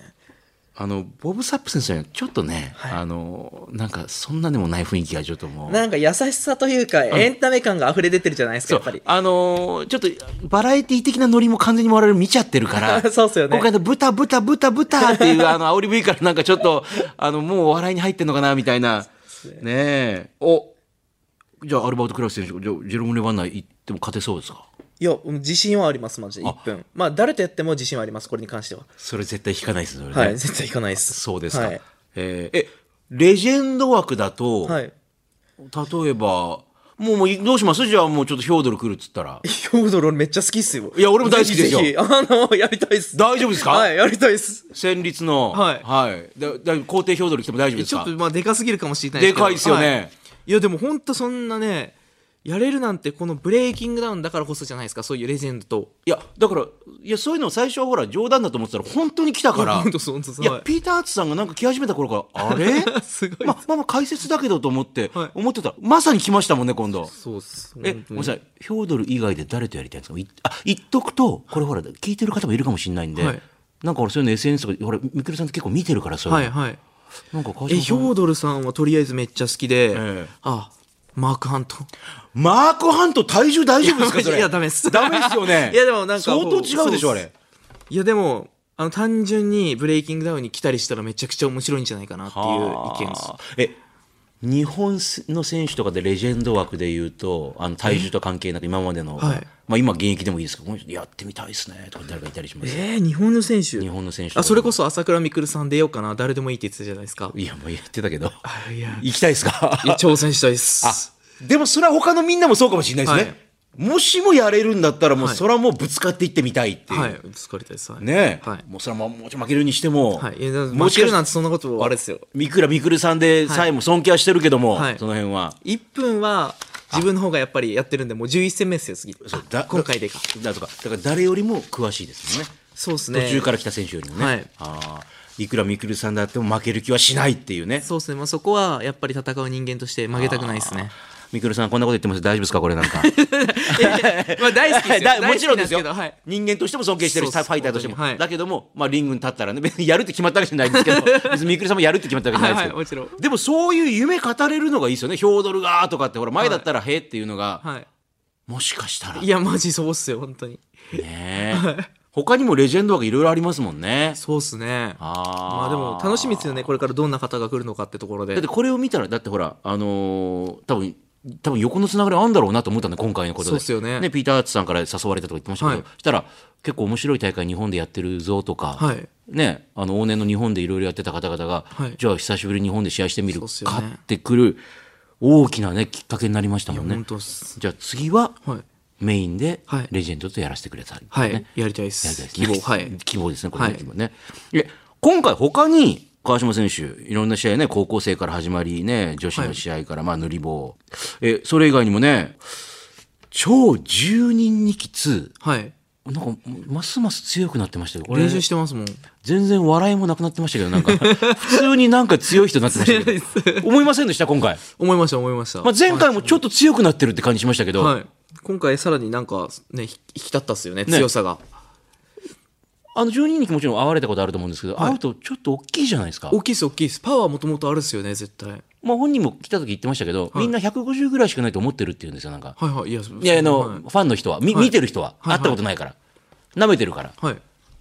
Speaker 1: あの、ボブ・サップ選手はちょっとね、
Speaker 2: はい
Speaker 1: あの、なんかそんなでもない雰囲気がちょっともう。
Speaker 2: なんか優しさというかエンタメ感が溢れ出てるじゃないです
Speaker 1: そ
Speaker 2: かや
Speaker 1: う
Speaker 2: っぱり
Speaker 1: あのーちょっとバラエティ的なノリも完全に我々見ちゃってるから
Speaker 2: そうっすよね
Speaker 1: 今回の「ブタブタブタブタ」っていうあの煽り V からなんかちょっとあのもうお笑いに入ってんのかなみたいなねえおじゃあアルバート・クラフ選手じゃあジェロム・レバンナ行っても勝てそうですか
Speaker 2: いやうん自信はありますマジで
Speaker 1: あ
Speaker 2: 1分まあ誰とやっても自信はありますこれに関しては
Speaker 1: それ絶対引かないですそれね
Speaker 2: はい絶対いかないです
Speaker 1: そうですか、
Speaker 2: はい
Speaker 1: えーえレジェンド枠だと、
Speaker 2: はい
Speaker 1: 例えばもうもうどうしますじゃあもうちょっとヒョードル来るっつったら
Speaker 2: ヨードルめっちゃ好きっすよ
Speaker 1: いや俺も大好きですよ
Speaker 2: ぜひぜひあのやりたいっす
Speaker 1: 大丈夫ですか
Speaker 2: はいやりたいっす
Speaker 1: 戦律の
Speaker 2: はい
Speaker 1: はい、だだ皇帝ヒョードル来ても大丈夫です
Speaker 2: ちょ
Speaker 1: か
Speaker 2: っとまあでかすぎるかもしれないけど
Speaker 1: でかいっすよね
Speaker 2: はい、いやでもほんとそんなねやれるなんてこのブレイキングダウンだからこそじゃないですかそういうレジェンドと
Speaker 1: いやだからいやそういうの最初はほら冗談だと思ってたら本当に来たから
Speaker 2: ほんとそうほんとそう
Speaker 1: いや
Speaker 2: はい
Speaker 1: ピーター・アーツさんがなんか来始めた頃からあれ
Speaker 2: すごいっ
Speaker 1: ま
Speaker 2: す
Speaker 1: まあまあ解説だけどと思って、
Speaker 2: はい
Speaker 1: 思ってたらまさに来ましたもんね今度
Speaker 2: そうっす
Speaker 1: えごめんなさいヒョードル以外で誰とやりたいんですかいあ言っとくとこれほら聞いてる方もいるかもしれないんで、
Speaker 2: はい
Speaker 1: なんか俺そういうの SNS とかほらみくるさんって結構見てるからそういう
Speaker 2: は
Speaker 1: の、
Speaker 2: いはい
Speaker 1: なんか川
Speaker 2: え
Speaker 1: 島
Speaker 2: ヒ
Speaker 1: さん
Speaker 2: ョードルさんはとりあえずめっちゃ好きで、
Speaker 1: ええ
Speaker 2: あマーク・ハント
Speaker 1: マーク・ハント体重大丈夫ですかそれ
Speaker 2: いやダメっす
Speaker 1: ダメですよね
Speaker 2: いやでもなんか
Speaker 1: 相当違うでしょあ
Speaker 2: そうっす
Speaker 1: れ
Speaker 2: いやでもあの単純にブレイキングダウンに来たりしたらめちゃくちゃ面白いんじゃないかなっていう意見です
Speaker 1: あーえ日本の選手とかでレジェンド枠で言うとあの体重と関係なく今までの、
Speaker 2: はい
Speaker 1: まあ、今現役でもいいですけどこの人やってみたいですねとか誰かいたりします
Speaker 2: えー、日本の選手
Speaker 1: 日本の選手とか
Speaker 2: あそれこそ朝倉未来さん出ようかな誰でもいいって言ってたじゃないですか
Speaker 1: いやもう言ってたけど
Speaker 2: あいや
Speaker 1: 行きたいですか
Speaker 2: いや挑戦したいっす
Speaker 1: あでもそれは他のみんなもそうかもしれないですね、もしもやれるんだったらもう
Speaker 2: はい
Speaker 1: それはもうぶつかっていってみたいっていう、
Speaker 2: はいぶつかりたいっすはい
Speaker 1: ねえ、
Speaker 2: はい
Speaker 1: もうそれはもうもちろん負けるにしても、
Speaker 2: はいいやだから
Speaker 1: も
Speaker 2: 負
Speaker 1: し
Speaker 2: け
Speaker 1: か
Speaker 2: る
Speaker 1: し
Speaker 2: なんてそんなことあれですよ
Speaker 1: 三倉みくるさんでさえも尊敬はしてるけども、
Speaker 2: はい
Speaker 1: その辺は。
Speaker 2: 1分は自分の方がやっぱりやってるんでもう11戦目ですよ次
Speaker 1: そう
Speaker 2: あ今回でか
Speaker 1: だとかだから誰よりも詳しいですもんね
Speaker 2: そうですね
Speaker 1: 途中から来た選手よりもね、
Speaker 2: はい
Speaker 1: あーいくらみくるさんだっても負ける気はしないっていうね
Speaker 2: そうですね、まあ、そこはやっぱり戦う人間として負けたくないですね
Speaker 1: みくるさんこんなこと言ってます大丈夫ですかこれなんか
Speaker 2: まあ 大好きですよ
Speaker 1: だもちろんですよ
Speaker 2: 大好きなけどはい
Speaker 1: 人間としても尊敬してるし
Speaker 2: そう
Speaker 1: フ
Speaker 2: っす
Speaker 1: ァイターとしても、
Speaker 2: 本当にはい
Speaker 1: だけども、まあ、リングに立ったらね別にやるって決まったわけじゃないです けど別にみくるさんもやるって決まったわけじゃないですけど、
Speaker 2: はいはいもちろん
Speaker 1: でもそういう夢語れるのがいいですよねヒョードルがーとかってほら前だったらへーっていうのが、
Speaker 2: はい
Speaker 1: もしかしたら
Speaker 2: い
Speaker 1: ね
Speaker 2: やマジそうっすよ本当に
Speaker 1: え他にもレジェンドがいろいろありますもんね
Speaker 2: そうっすね
Speaker 1: あー
Speaker 2: まあでも楽しみですよねこれからどんな方が来るのかってところで
Speaker 1: だってこれを見たらだってほらあのー多分多分横のつながりあんだろうなと思ったんで今回のことで
Speaker 2: そうっすよね
Speaker 1: ピーター・アーツさんから誘われたとか言ってましたけど、
Speaker 2: はい
Speaker 1: したら結構面白い大会日本でやってるぞとか、
Speaker 2: はい
Speaker 1: ね、あの往年の日本でいろいろやってた方々が、
Speaker 2: はい
Speaker 1: じゃあ久しぶりに日本で試合してみる
Speaker 2: そうっすよ
Speaker 1: か
Speaker 2: ね
Speaker 1: ってくる大きな、ね、きっかけになりましたもんね
Speaker 2: 本。当っす
Speaker 1: じゃあ次は
Speaker 2: はい
Speaker 1: メインで
Speaker 2: はい
Speaker 1: レジェンドとやらせてくれたりね、
Speaker 2: はい、やりたい
Speaker 1: や
Speaker 2: っ
Speaker 1: りたい
Speaker 2: す
Speaker 1: です
Speaker 2: 希
Speaker 1: ね
Speaker 2: 望はい
Speaker 1: 希望ですね、これ、
Speaker 2: は
Speaker 1: ね
Speaker 2: い
Speaker 1: 希望ね。え今回、他に川島選手、いろんな試合ね、高校生から始まりね、女子の試合から、まあ、塗り棒。え、それ以外にもね、超10人2期2。
Speaker 2: はい
Speaker 1: なんか、ますます強くなってましたよ。これ
Speaker 2: 練習してますもん
Speaker 1: 全然笑いもなくなってましたけど、なんか、 普通になんか強い人になってましたけど、思いませんでした、今回。
Speaker 2: 思いました思いました、
Speaker 1: まあ、前回もちょっと強くなってるって感じしましたけど、
Speaker 2: はい今回さらになんかねひ引き立ったっすよね強さが
Speaker 1: あの、10人2期もちろん会われたことあると思うんですけど、会うとちょっと大きいじゃないですか。
Speaker 2: 大きいっす大きいっすパワーもともとあるっすよね絶対はい
Speaker 1: まあ、本人も来た時言ってましたけど、みんな150ぐらいしかないと思ってるっていうんですよなんか
Speaker 2: はいいや
Speaker 1: いやあの、
Speaker 2: はい
Speaker 1: ファンの人は、み見てる人は、
Speaker 2: はい
Speaker 1: 会ったことないから舐めてるから
Speaker 2: はい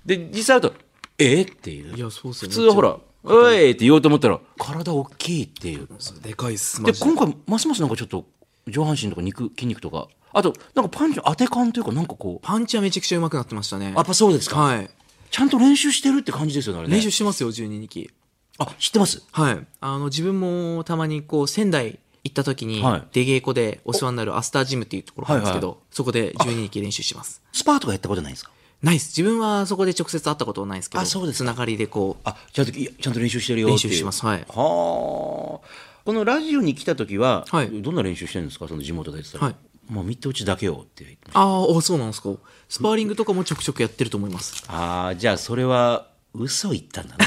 Speaker 1: で実際会うと「えっ?」っていう
Speaker 2: いやそうっす
Speaker 1: 普
Speaker 2: よ
Speaker 1: 通はほら「おい!」って言おうと思ったら体大きいっていう
Speaker 2: でかいっすマ
Speaker 1: で
Speaker 2: ジで
Speaker 1: 今回ますますなんかちょっと上半身とか肉筋肉とかあとなんかパンチの当て感というかなんかこう
Speaker 2: パンチはめちゃくちゃ上手くなってましたね
Speaker 1: やっぱそうですか
Speaker 2: はい
Speaker 1: ちゃんと練習してるって感じですよねあれね
Speaker 2: 練習してますよ12期
Speaker 1: あ知ってます
Speaker 2: はいあの自分もたまにこう仙台行った時に
Speaker 1: はい
Speaker 2: 出稽古でお世話になるアスタージムっていうところなんですけど、
Speaker 1: は
Speaker 2: そこで12期練習してます
Speaker 1: スパーとかやったことないんですか
Speaker 2: ないです自分はそこで直接会ったことはないですけど
Speaker 1: あそうです
Speaker 2: つながりでこう
Speaker 1: あちゃんといやちゃんと練習してるよっていう
Speaker 2: 練習してますはい
Speaker 1: はあこのラジオに来た時は、
Speaker 2: はい
Speaker 1: どんな練習してるんですかその地元で言ってたら、
Speaker 2: はい
Speaker 1: まあミット打ちだけよって言ってまし
Speaker 2: あーあそうなんですかスパーリングとかもちょくちょくやってると思います
Speaker 1: たああじゃあそれは嘘言ったんだ な。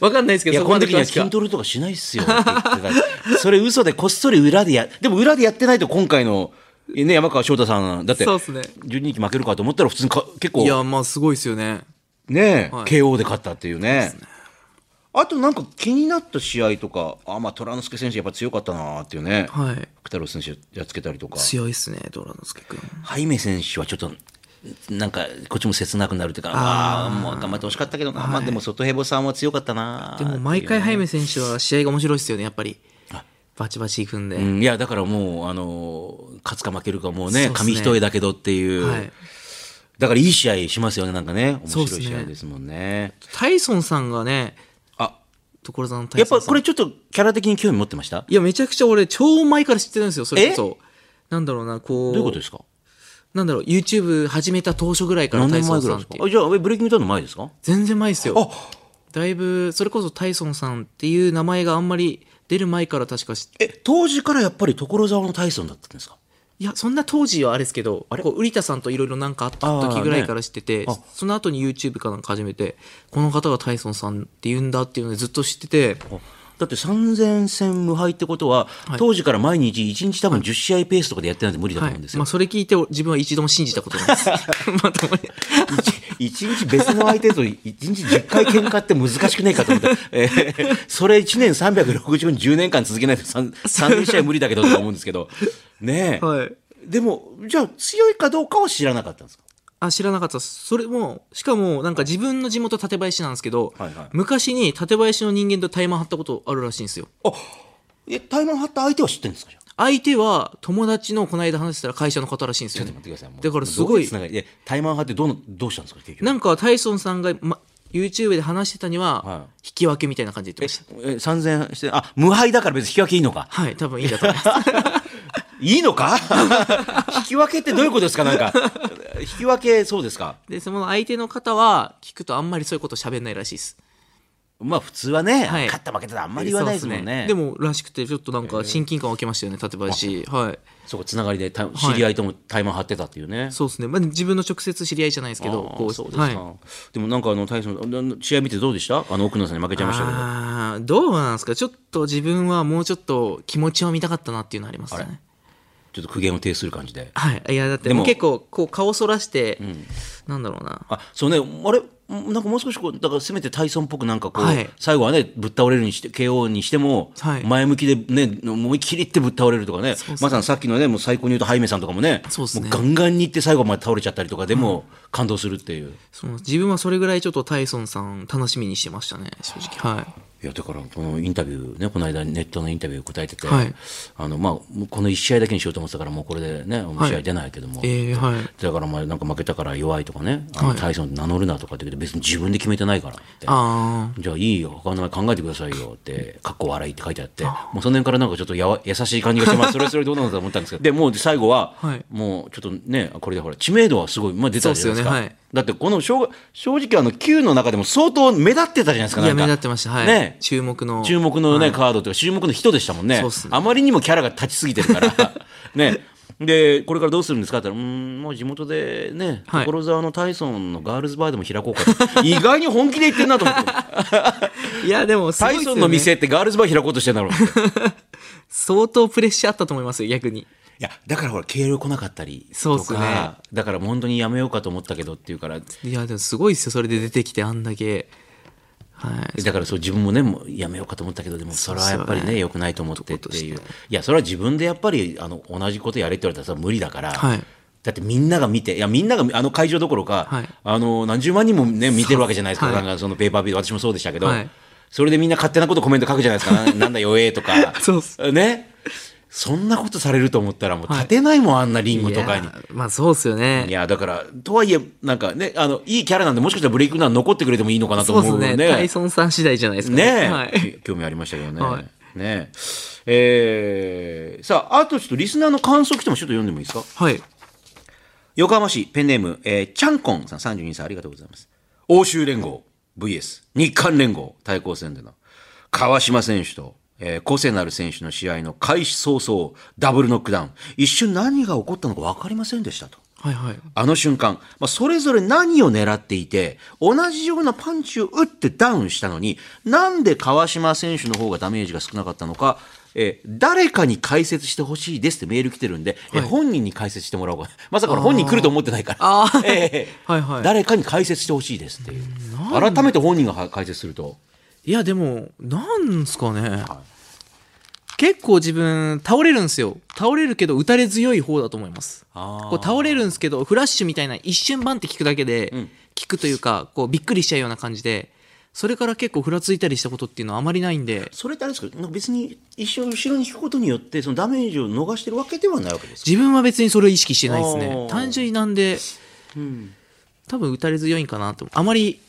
Speaker 2: わかんないですけ
Speaker 1: い
Speaker 2: ど、
Speaker 1: や、
Speaker 2: そ
Speaker 1: こ
Speaker 2: こ
Speaker 1: の
Speaker 2: まで
Speaker 1: 時に
Speaker 2: 詳
Speaker 1: は
Speaker 2: しくは
Speaker 1: 筋トレとかしないっすよって言ってた。それ嘘でこっそり裏でや、でも裏でやってないと今回の、ね、山川翔太さん、だって、
Speaker 2: そうっすね
Speaker 1: 12期負けるかと思ったら普通にか結構
Speaker 2: い、や、まあ、すごいですよね。
Speaker 1: ね、
Speaker 2: はい
Speaker 1: KO で勝ったっていうね。あとなんか気になった試合とか、あ、まあ、虎之助選手やっぱ強かったなっていうね。
Speaker 2: はい。
Speaker 1: 福太郎選手やっつけたりとか。
Speaker 2: 強いっすね、ドラノスケ君。
Speaker 1: ハイメ選手はちょっと、なんか、こっちも切なくなるというか、ああ、もう頑張ってほしかったけどな、まあでも外ヘボさんは強かったな
Speaker 2: でも、毎回、ハイメ選手は試合が面白いっすよね、やっぱり。バチバチいくんで。
Speaker 1: うんいや、だからもう、あの、勝つか負けるかもうね、
Speaker 2: そうっすね
Speaker 1: 紙一重だけどっていう、
Speaker 2: はい。
Speaker 1: だからいい試合しますよね、なんかね。面白い
Speaker 2: そうっすね
Speaker 1: 試合ですもんね。
Speaker 2: タイソンさんがね、
Speaker 1: あ、
Speaker 2: 所沢のタ
Speaker 1: や
Speaker 2: イ
Speaker 1: っ
Speaker 2: ソン
Speaker 1: ぱ
Speaker 2: さん。
Speaker 1: これちょっとキャラ的に興味持ってました
Speaker 2: いや、めちゃくちゃ俺、超前から知ってるんですよ、それこそ。なんだろうな、こう。
Speaker 1: どういうことですか
Speaker 2: なんだろう、YouTube 始めた当初ぐらいから
Speaker 1: 何
Speaker 2: タイ
Speaker 1: 年
Speaker 2: ソ
Speaker 1: 前
Speaker 2: ン
Speaker 1: ぐ
Speaker 2: さ
Speaker 1: らい
Speaker 2: ん
Speaker 1: で
Speaker 2: っ
Speaker 1: す
Speaker 2: て
Speaker 1: か
Speaker 2: いう。
Speaker 1: あ、じゃあ、えブレイキングダウンの前ですか
Speaker 2: 全然前ですよ。
Speaker 1: あ
Speaker 2: だいぶ、それこそタイソンさんっていう名前があんまり出る前から確か知って、
Speaker 1: え、当時からやっぱり所沢のタイソンだったんですか
Speaker 2: いや、そんな当時はあれですけど、こう、ウリタさんといろいろなんかあった
Speaker 1: あー
Speaker 2: 時ぐらいから知ってて、
Speaker 1: あ
Speaker 2: その後に YouTube かなんか始めて、この方がタイソンさんって言うんだっていうのでずっと知ってて、
Speaker 1: だって3000戦無敗ってことは、当時から毎日1日多分10試合ペースとかでやってないと無理だと
Speaker 2: は
Speaker 1: 思
Speaker 2: い
Speaker 1: うんです。よ。
Speaker 2: まあ、それ聞いて、自分は一度も信じたことないです。まともに。
Speaker 1: 一日別の相手と一日10回喧嘩って難しくねえかと思 って、えーそれ1年360に10年間続けないと 3, 3年試合無理だけどとか思うんですけど、ねえ、
Speaker 2: はい
Speaker 1: でも、じゃあ強いかどうかは知らなかったんですか
Speaker 2: あ、知らなかったです。それも、しかも、なんか自分の地元館林なんですけど、
Speaker 1: はいはい
Speaker 2: 昔に館林の人間と対マン張ったことあるらしいんですよ。
Speaker 1: あえ、対マン張った相手は知ってるんですかじゃあ
Speaker 2: 相手は友達のこの間話してたら会社の方らしいんですよ、ね。
Speaker 1: 待ってくださいもう
Speaker 2: だからすごい
Speaker 1: どううつながりで対マン張ってどうのどうしたんですか結局。
Speaker 2: なんか、タイソンさんが、ま、YouTube で話してたに
Speaker 1: は
Speaker 2: は、引き分けみたいな感じで言ってまし
Speaker 1: え3000して、あ、無敗だから別に引き分けいいのか。
Speaker 2: た。はい、多分いいんだと思い ます。
Speaker 1: いいのか 引き分けってどういうことですかなんか。引き分け、そうですか。
Speaker 2: で、その相手の方は、聞くとあんまりそういうこと喋んないらしいです。
Speaker 1: まあ普通はね、
Speaker 2: はい
Speaker 1: 勝った負けたらあんまり言わないですもんね。
Speaker 2: そうっすでも、らしくて、ちょっとなんか親近感湧きましたよね、館林。はい。
Speaker 1: そこつながりでた知り合いとも対マン張ってたっていうね。
Speaker 2: そうですね。まあ、自分の直接知り合いじゃないですけど、
Speaker 1: あー
Speaker 2: こ
Speaker 1: そうですか、
Speaker 2: はい
Speaker 1: でもなんかあの大将試合見てどうでしたあの奥野さんに負けちゃいましたけど
Speaker 2: あーどうなんですかちょっと自分はもうちょっと気持ちを見たかったなっていうのありますね
Speaker 1: ちょっと苦言を呈する感じで
Speaker 2: はいいやだって
Speaker 1: でも
Speaker 2: もう結構こう顔そらして、なんだろうな
Speaker 1: あそうねあれんなんかもう少しこうだからせめてタイソンっぽくなんかこう、
Speaker 2: はい
Speaker 1: 最後はねぶっ倒れるにして KO にしても、
Speaker 2: はい
Speaker 1: 前向きでね思い切りってぶっ倒れるとかね
Speaker 2: そうそう
Speaker 1: まさにさっきのねもう最高に言うとハイメさんとかもね
Speaker 2: そうっす
Speaker 1: も
Speaker 2: ね
Speaker 1: うガンガンにいって最後まで倒れちゃったりとかでも感動するっていう、い
Speaker 2: その自分はそれぐらいちょっとタイソンさん楽しみにしてましたね正直はい
Speaker 1: やだからこのインタビューねこの間ネットのインタビュー答えてて、
Speaker 2: はい
Speaker 1: あのまあ、この1試合だけにしようと思ってたからもうこれでねもう試合出ないけども、
Speaker 2: えー、はい
Speaker 1: だからまあなんか負けたから弱いとかね、あの
Speaker 2: はい
Speaker 1: タイソンって名乗るなとかって言うけど、別に自分で決めてないからって、
Speaker 2: あ
Speaker 1: じゃあいいよ、他の名前考えてくださいよって、かっこ笑いって書いてあって、もうその辺からなんかちょっとやわ優しい感じがして、ま あ、それはそれでどうなのかと思ったんですけど、でもう最後は、
Speaker 2: はい
Speaker 1: もうちょっとね、これでほら、知名度はすごい、まあ、出たじゃないですか。
Speaker 2: そうですよねはい
Speaker 1: だってこの正正直、あの Q の中でも相当目立ってたじゃないですか、な
Speaker 2: あいや
Speaker 1: んか
Speaker 2: 目立ってましたはい、
Speaker 1: ね
Speaker 2: 注目の
Speaker 1: 注目のね、カードというか、注目の人でしたもんね
Speaker 2: そうっすね
Speaker 1: あまりにもキャラが立ちすぎて るから。ね。で、これからどうするんですかって言ったら、うーん、もう地元でね、
Speaker 2: はい
Speaker 1: 所沢のタイソンのガールズバーでも開こうかと。意外に本気で言ってんなと思って。
Speaker 2: いやでもすご
Speaker 1: タイ
Speaker 2: いっす
Speaker 1: ソ
Speaker 2: よ、
Speaker 1: ン
Speaker 2: ね、
Speaker 1: の店ってガールズバー開こうとしてん だろう。い
Speaker 2: 相当プレッシャーあったと思いますよ逆に
Speaker 1: や、だからほら、軽量来なかったり
Speaker 2: そうっすね
Speaker 1: だから本当にやめようかと思ったけどっていうから、
Speaker 2: いやでもすごいっすよそれで出てきてあんだけはい
Speaker 1: だからそう自分もねもうやめようかと思ったけどでもそれはやっぱり
Speaker 2: そう
Speaker 1: ね良くないと思ってっていう
Speaker 2: 男
Speaker 1: いやそれは自分でやっぱりあの同じことやれって言われたらそれは無理だから、
Speaker 2: はい
Speaker 1: だってみんなが見ていやみんながあの会場どころか、
Speaker 2: はい
Speaker 1: あの何十万人もね見てるわけじゃないですか,、
Speaker 2: はい
Speaker 1: なんかそのペーパービュー私もそうでしたけど、
Speaker 2: はい
Speaker 1: それでみんな勝手なことコメント書くじゃないですかな なんだよえーとか
Speaker 2: そうっす
Speaker 1: ねそんなことされると思ったらもう
Speaker 2: はい
Speaker 1: 立てないもん、あんなリングとかに
Speaker 2: い。やまあそうっすよね
Speaker 1: いや、だから、とはいえ、なんかね、あの、いいキャラなんで、もしかしたらブレイクダウン残ってくれてもいいのかなと
Speaker 2: そう
Speaker 1: 思
Speaker 2: です
Speaker 1: う
Speaker 2: ねタイソンさん次第じゃないですか
Speaker 1: ねえ、
Speaker 2: はい、
Speaker 1: 興味ありましたけどね。
Speaker 2: はい
Speaker 1: ねええーさあ、あとちょっとリスナーの感想来てもちょっと読んでもいいですか
Speaker 2: はい、
Speaker 1: 横浜市ペンネーム、えー、ちゃんこんさん32歳ありがとうございます。欧州連合 VS 日韓連合対抗戦での川島選手と、えー、個性のある選手の試合の開始早々ダブルノックダウン。一瞬何が起こったのか分かりませんでしたと。
Speaker 2: はいはい。
Speaker 1: あの瞬間、まあ、それぞれ何を狙っていて、同じようなパンチを打ってダウンしたのに、なんで川島選手の方がダメージが少なかったのか、えー誰かに解説してほしいですってメール来てるんで、えー本人に解説してもらおうか。まさか本人来ると思ってないから。
Speaker 2: あ ー
Speaker 1: えー
Speaker 2: はいはい
Speaker 1: 誰かに解説してほしいですっていう。改めて本人が解説すると。
Speaker 2: いや、でも、なんすかね。結構自分、倒れるんですよ。倒れるけど、打たれ強い方だと思います。
Speaker 1: あー
Speaker 2: こう倒れるんですけど、フラッシュみたいな一瞬バンって聞くだけで、聞くというか、こうびっくりしちゃうような感じで、それから結構ふらついたりしたことっていうのはあまりないんで、
Speaker 1: それってあれですかなんか別に一生後ろに引くことによって、そのダメージを逃してるわけではないわけですか
Speaker 2: 自分は別にそれを意識してないです
Speaker 1: あ
Speaker 2: ね
Speaker 1: ー
Speaker 2: 単純になんで、多分打たれ強いんかなとあまり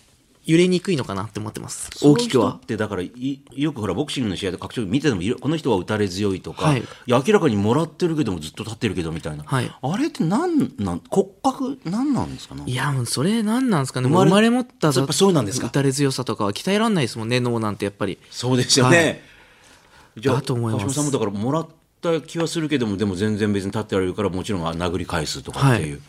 Speaker 2: 揺れにくいのかなって思ってます大きく
Speaker 1: その
Speaker 2: は
Speaker 1: 人ってだからいよくほらボクシングの試合で格闘技見ててもいろこの人は打たれ強いとか、
Speaker 2: はい
Speaker 1: いや明らかにもらってるけどもずっと立ってるけどみたいな、
Speaker 2: はい
Speaker 1: あれってなんなん骨格なんなんですかね
Speaker 2: いやもうそれ何なんですかね
Speaker 1: 生ま
Speaker 2: もう
Speaker 1: れ
Speaker 2: 生まれ持った
Speaker 1: やっぱそうなんですか
Speaker 2: 打たれ強さとかは鍛えらんないですもんね脳なんてやっぱり
Speaker 1: そうですよね、
Speaker 2: はい
Speaker 1: じゃあ
Speaker 2: だと思います
Speaker 1: 川島さんもだからもらった気はするけどもでも全然別に立ってられるからもちろん殴り返すとかっていう、
Speaker 2: は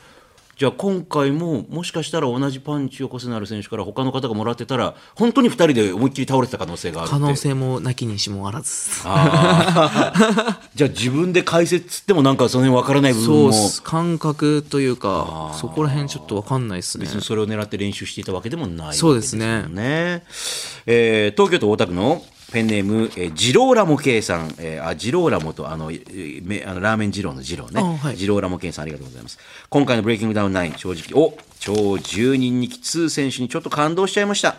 Speaker 1: じゃあ今回ももしかしたら同じパンチをコセナル選手から他の方がもらってたら本当に2人で思いっきり倒れてた可能性があるって
Speaker 2: 可能性もなきにしもあらず
Speaker 1: あーじゃあ自分で解説ってもなんかその辺分からない部
Speaker 2: そ
Speaker 1: 分
Speaker 2: う
Speaker 1: も
Speaker 2: っす感覚というかそこら辺ちょっとわかんないですね
Speaker 1: 別にそれを狙って練習していたわけでもない
Speaker 2: そうですね
Speaker 1: わけですもんねえー東京都大田区のペンネーム、えー、ジローラモケイさん、えーあジローラモとあの、えーめあのラーメンジローのジローね、
Speaker 2: あはい
Speaker 1: ジローラモケイさんありがとうございます今回のブレイキングダウン9正直お超10人にきつ選手にちょっと感動しちゃいました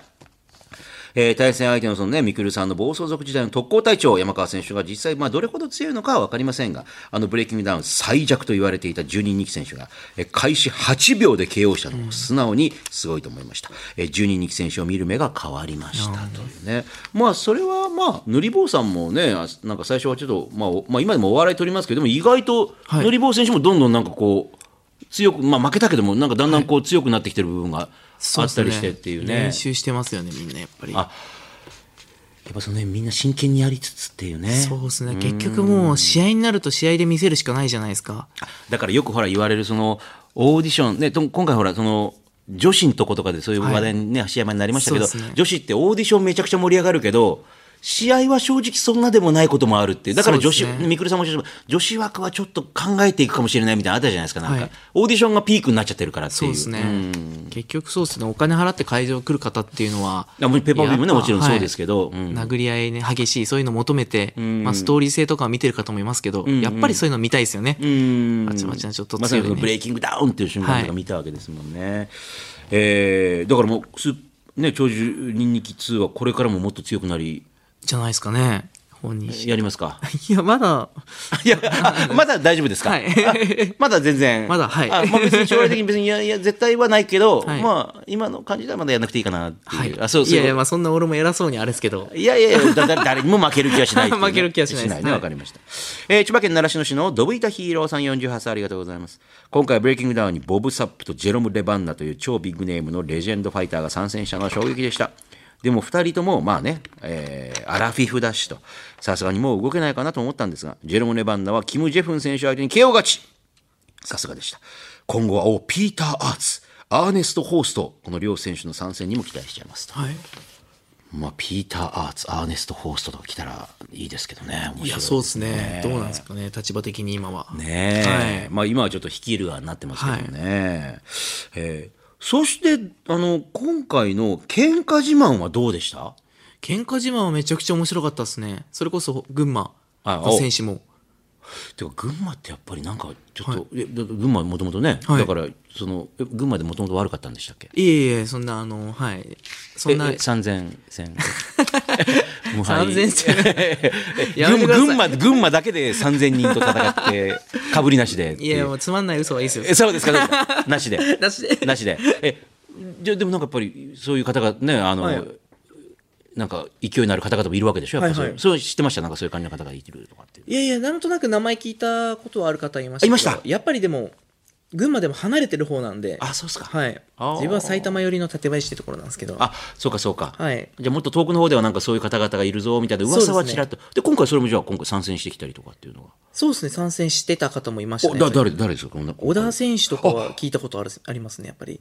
Speaker 1: えー対戦相手のそのね、みくるさんの暴走族時代の特攻隊長、山川選手が実際、まあ、どれほど強いのかは分かりませんが、あの、ブレイキングダウン最弱と言われていた12人期選手が、えー開始8秒で KO したのも素直にすごいと思いました。えー12人期選手を見る目が変わりましたというね。まあ、それはまあ、塗り坊さんもね、あなんか最初はちょっと、まあ、おまあ、今でもお笑い取りますけど、でも意外と、
Speaker 2: はい
Speaker 1: 塗り坊選手もどんどんなんかこう、強く、まあ、負けたけども、なんかだんだんこう強くなってきてる部分があ
Speaker 2: そう
Speaker 1: っ
Speaker 2: す
Speaker 1: た
Speaker 2: ね
Speaker 1: りしてっていうね
Speaker 2: 練。習してますよねみんなやっぱり
Speaker 1: あやっぱその辺みんな真剣にやりつつっていうね
Speaker 2: そうですね結局もう試合になると試合で見せるしかないじゃないですか
Speaker 1: だからよくほら言われるそのオーディションねと今回ほらその女子のとことかでそういう話題にね、橋山になりましたけど、
Speaker 2: そうですね
Speaker 1: 女子ってオーディションめちゃくちゃ盛り上がるけど試合は正直そんなでもないこともあるっていうだから女子、
Speaker 2: そうですね
Speaker 1: みくるさんもおっしゃってました女子枠はちょっと考えていくかもしれないみたいなのあったじゃないですかなんか、
Speaker 2: はい
Speaker 1: オーディションがピークになっちゃってるからって
Speaker 2: そう
Speaker 1: いう
Speaker 2: ですね、
Speaker 1: ん
Speaker 2: 結局そうですねお金払って会場来る方っていうのは
Speaker 1: あもうペーパービューもね
Speaker 2: やっ
Speaker 1: も
Speaker 2: ぱ
Speaker 1: ちろんそうですけど
Speaker 2: はい
Speaker 1: うん
Speaker 2: 殴り合いね激しいそういうの求めて、まあ、ストーリー性とかは見てる方もいますけど、やっぱりそういうの見たいですよね、
Speaker 1: うん
Speaker 2: あちまちのちょっと
Speaker 1: まさ
Speaker 2: 強い
Speaker 1: に
Speaker 2: ね
Speaker 1: そのブレイキングダウンっていう瞬間と
Speaker 2: は
Speaker 1: か
Speaker 2: い
Speaker 1: 見たわけですもんね。えーだからもうスー、ね、長寿ニンニキ2はこれからももっと強くなり、
Speaker 2: じゃないですかね本人い
Speaker 1: やりますか
Speaker 2: やまだ
Speaker 1: い や、あまだ大丈夫ですか、
Speaker 2: はい
Speaker 1: あ まだ全然。
Speaker 2: まだはい
Speaker 1: あまあ、別に将来的に別に、いや、いや、絶対はないけど、
Speaker 2: はい
Speaker 1: まあ、今の感じではまだやんなくていいかなっていう。
Speaker 2: はい
Speaker 1: あ、そうそう。
Speaker 2: やいやまあそんな俺も偉そうにあれですけど
Speaker 1: いやいやいや、だだ誰にも負ける気はしないっていうね、
Speaker 2: 負ける気はしないです
Speaker 1: ね。
Speaker 2: は
Speaker 1: わ
Speaker 2: い
Speaker 1: かりました。えー千葉県習志野市のドブイタヒーローさん48歳ありがとうございます。今回、ブレイキングダウンにボブ・サップとジェロム・レバンナという超ビッグネームのレジェンドファイターが参戦したのは衝撃でした。でも2人とも、まあね、えーアラフィフだしと、さすがにもう動けないかなと思ったんですが、ジェロム・レバンナはキム・ジェフン選手相手に KO 勝ちさすがでした。今後は、おピーター・アーツ、アーネスト・ホースト、この両選手の参戦にも期待しちゃいますと。
Speaker 2: はい
Speaker 1: まあ、ピーター・アーツ、アーネスト・ホーストとか来たらいいですけどね、面白
Speaker 2: いやそうですねどうなんですかね立場的に今は
Speaker 1: ねえ、
Speaker 2: はい
Speaker 1: まあ、今はちょっと率いる側になってますけどね、えーそしてあの今回の喧嘩自慢はどうでした
Speaker 2: 喧嘩自慢はめちゃくちゃ面白かったですねそれこそ群馬
Speaker 1: あ
Speaker 2: の選手も
Speaker 1: てか群馬ってやっぱりなんかちょっと、えだ群馬もともとね、
Speaker 2: はい
Speaker 1: だからそのえ群馬でもともと悪かったんでしたっけ
Speaker 2: いえいえそんなあのはいそんな
Speaker 1: ええ3000戦
Speaker 2: 3000戦やめ
Speaker 1: 群
Speaker 2: てください
Speaker 1: 群馬群馬だけで3000人と戦ってかぶりなしでって
Speaker 2: いうやいやもうつまんない嘘はいいですよ
Speaker 1: えそうですか そうですかなしで
Speaker 2: なしで
Speaker 1: なしでえじゃでもなんかやっぱりそういう方がねあの、
Speaker 2: はい
Speaker 1: なんか勢いのある方々もいるわけでしょやっぱそう,、
Speaker 2: はいはい
Speaker 1: そう知ってましたなんかそういう感じの方がいるとかって
Speaker 2: いやいやなんとなく名前聞いたことはある方いましたけど
Speaker 1: いました
Speaker 2: やっぱりでも群馬でも離れてる方なんで、
Speaker 1: あそうっすか
Speaker 2: はい
Speaker 1: あー。
Speaker 2: 自分は埼玉寄りの館林ってところなんですけど、
Speaker 1: あそうかそうか、
Speaker 2: はい。
Speaker 1: じゃあもっと遠くの方ではなんかそういう方々がいるぞみたいな噂はちらっとで,、今回それもじゃあ今回参戦してきたりとかっていうのは、
Speaker 2: そうですね、参戦してた方もいました
Speaker 1: おだ
Speaker 2: ね。
Speaker 1: 誰誰ですかこんな
Speaker 2: 小田選手とかは聞いたことあるありますね、やっぱり。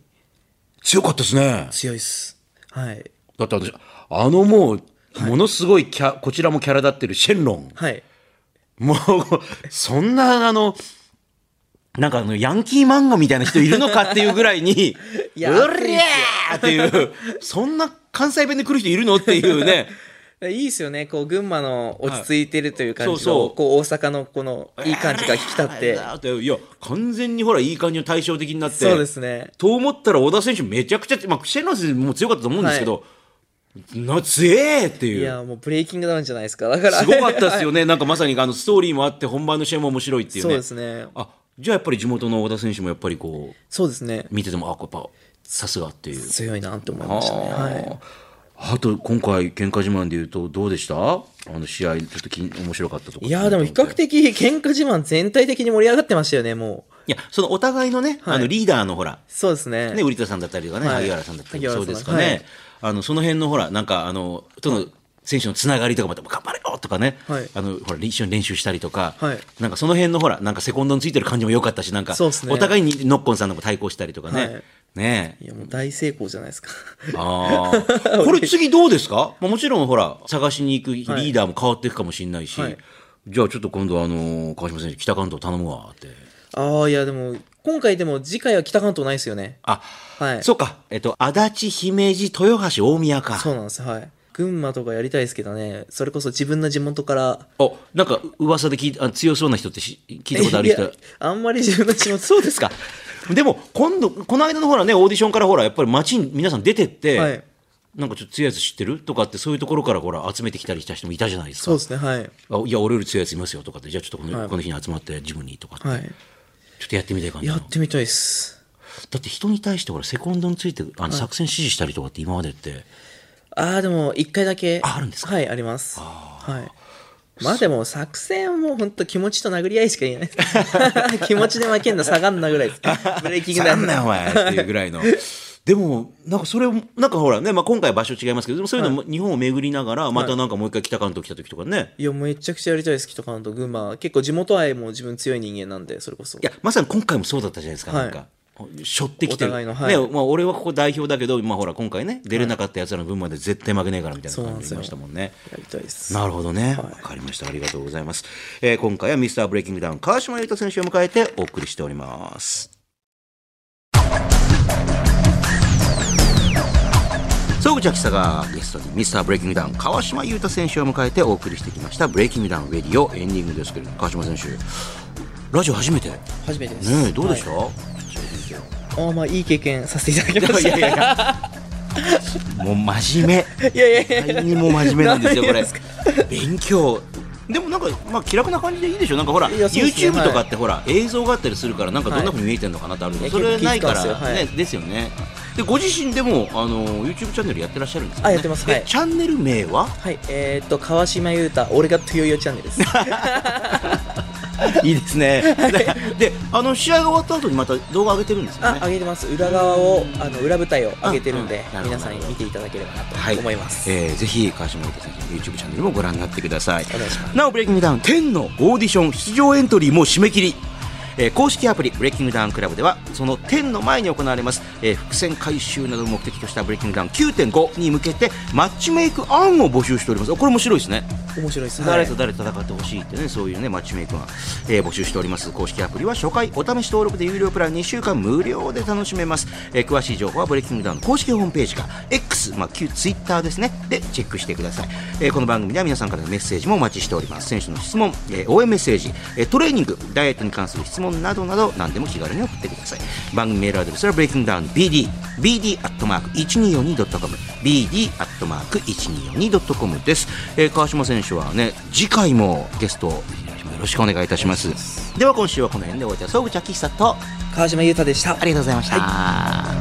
Speaker 1: 強かったですね
Speaker 2: 強いです。はい。
Speaker 1: だって私あのもうものすごいキャ、こちらもキャラ立ってるシェンロン
Speaker 2: はい。
Speaker 1: もうそんなあのなんかあのヤンキー漫画みたいな人いるのかっていうぐらいに「
Speaker 2: いうや
Speaker 1: りゃー!」っていうそんな関西弁で来る人いるのっていうね
Speaker 2: いいですよね、こう、群馬の落ち着いてるという感じの、
Speaker 1: そうそう
Speaker 2: こう、大阪のこの、いい感じが引き立って。
Speaker 1: だっていや完全にほらいい感じの対照的になって
Speaker 2: そうですね。
Speaker 1: と思ったら小田選手めちゃくちゃ、まあ、シェンロン選手も強かったと思うんですけど、な強えっていう
Speaker 2: いや、もうブレイキングダウンじゃないですか。だから。
Speaker 1: すごかったですよねなんかまさにあのストーリーもあって本番の試合も面白いっていう
Speaker 2: そう
Speaker 1: ね
Speaker 2: ですね。
Speaker 1: あじゃあやっぱり地元の小田選手もやっぱりこ
Speaker 2: そうですね。
Speaker 1: う見ててもあやっぱさすがっていう
Speaker 2: 強いなって思いましたね。はい。
Speaker 1: あーあと今回喧嘩自慢で言うとどうでしたあの試合ちょっときん面白かったとか
Speaker 2: いやーでも比較的喧嘩自慢全体的に盛り上がってましたよね、もう。
Speaker 1: いやそのお互いのね、
Speaker 2: はい
Speaker 1: あのリーダーのほら
Speaker 2: そうですね。
Speaker 1: ね、瓜田さんだったりとかね、
Speaker 2: はい
Speaker 1: 萩原さんだったり
Speaker 2: 萩
Speaker 1: そ
Speaker 2: 原さん
Speaker 1: うですかね、
Speaker 2: はい
Speaker 1: あのその辺のほらなんかあのとの選手のつながりとかまた頑張れよとかね、
Speaker 2: はい
Speaker 1: あのほら一緒に練習したりとか、
Speaker 2: はい
Speaker 1: なんかその辺のほらなんかセコンドについてる感じも良かったしなんか
Speaker 2: そうっすね
Speaker 1: お互いにノッコンさんのも対抗したりとかね、
Speaker 2: はい
Speaker 1: ね
Speaker 2: いや、もう大成功じゃないですか。
Speaker 1: あー これ次どうですか、まあ、もちろんほら探しに行くリーダーも変わっていくかもしれないし、
Speaker 2: はい
Speaker 1: じゃあちょっと今度あの川島選手北関東頼むわって
Speaker 2: ああ、いや、でも、今回でも次回は北関東ないですよね。
Speaker 1: あ、
Speaker 2: はい。
Speaker 1: そうかえっと足立姫路豊橋大宮か
Speaker 2: そうなんです。はい。群馬とかやりたいですけどね、それこそ自分の地元から。
Speaker 1: おなんか噂で聞いたあ強そうな人ってし聞いたことある人
Speaker 2: いやあんまり自分の地元、
Speaker 1: そうですか でも今度この間のほらねオーディションからほらやっぱり街に皆さん出てって、
Speaker 2: はい
Speaker 1: なんかちょっと強いやつ知ってるとかってそういうところからほら集めてきたりした人もいたじゃないですか
Speaker 2: そうですね、はい。
Speaker 1: あいや俺より強いやついますよとかってじゃあちょっとこの,、
Speaker 2: はい
Speaker 1: この日に集まって自分にとかって、
Speaker 2: はい。
Speaker 1: ちょっとやってみたい感じな
Speaker 2: や
Speaker 1: の
Speaker 2: ってみたいです。
Speaker 1: だって人に対してほらセコンドについてあの作戦指示したりとかって今までって、
Speaker 2: ああ、でも、一回だけ。
Speaker 1: ああるんですか
Speaker 2: はい、あります。はい。まあでも、作戦も本当気持ちと殴り合いしか言えな いです。気持ちで負けんな、下がんなぐらいです。ブレーキングダ
Speaker 1: な
Speaker 2: ウン
Speaker 1: んなよお前っていうぐらいの。でも なんかそれをなんかほらね、まあ、今回は場所違いますけどでもそういうのも日本を巡りながらまたなんかもう一回北関東来た時とかね、い、
Speaker 2: いや、めちゃくちゃやりたいです、北関東、群馬。結構地元愛も自分強い人間なんで、それこそ。
Speaker 1: やまさに今回もそうだったじゃないですか、なんか。しょってきてる
Speaker 2: お互いのはい
Speaker 1: ねまあ、俺はここ代表だけど、まあ、ほら今回ね出れなかったやつらの分まで絶対負けねえからみたいな感じで言いましたもんね。
Speaker 2: やりたいです。
Speaker 1: なるほどね、わかりましたありがとうございます、えー今回はミスターブレイキングダウン川島優太選手を迎えてお送りしております総口秋沙がゲストにミスターブレイキングダウン川島優太選手を迎えてお送りしてきましたブレイキングダウンウェディオエンディングですけれども川島選手ラジオ初めてね
Speaker 2: 初めてです。
Speaker 1: えどうでした、
Speaker 2: はいああ、まあ、いい経験させていただきまし
Speaker 1: い
Speaker 2: た。
Speaker 1: やいやいやもう真面目
Speaker 2: いやいやいやいや
Speaker 1: 何にも真面目なんですよこ
Speaker 2: 何
Speaker 1: れ
Speaker 2: ですか
Speaker 1: 勉強でもなんか、まあ、気楽な感じでいいでしょなんかほら、
Speaker 2: いやそうですね
Speaker 1: YouTube とかってほら、映像があったりするからなんかどんなふうに見えてるのかなってあるけど、
Speaker 2: はい
Speaker 1: それないから、
Speaker 2: い
Speaker 1: ね
Speaker 2: や結構気遣うんですよはい
Speaker 1: ですよねでご自身でもあの YouTube チャンネルやってらっしゃるんですよね
Speaker 2: あやってますはい
Speaker 1: えチャンネル名 は
Speaker 2: はい、えーっと、川島優太、俺がトゥヨヨチャンネル です。
Speaker 1: いいですね でであの試合が終わった後にまた動画上げてるんですよ
Speaker 2: あ、
Speaker 1: ね
Speaker 2: 上げてます。裏側を、あの、裏舞台を上げてるんで
Speaker 1: ああな、るほど
Speaker 2: 皆さんに見ていただければなと思います。
Speaker 1: えーぜひ川島優太選手の YouTube チャンネルもご覧になってください
Speaker 2: お願いしま
Speaker 1: なおブレイキングダウン10のオーディション出場エントリーもう締め切りえー公式アプリブレイキングダウンクラブではその10の前に行われます、えー伏線回収などを目的としたブレイキングダウン9.5に向けてマッチメイク案を募集しておりますおこれ面白いですね
Speaker 2: す。面白いです。
Speaker 1: 誰と誰と戦ってほしいってねそういうねマッチメイクが、えー募集しております公式アプリは初回お試し登録で有料プラン2週間無料で楽しめます、えー詳しい情報はブレイキングダウンの公式ホームページか X、まあ、旧 Twitter ですねでチェックしてください、えーこの番組では皆さんからのメッセージもお待ちしております選手の質問、えー応援メッセージ、えートレーニングダイエットに関する質問などなど何でも気軽に送ってください番組メールアドレスはブレイキングダウン BD BD アットマーク 1242.com BD アットマーク 1242.com です、えー川島選手はね次回もゲストよろしくお願いいたしますでは今週はこの辺でお会いいたい総口秋久と
Speaker 2: 川島優太でした。
Speaker 1: ありがとうございました、
Speaker 2: は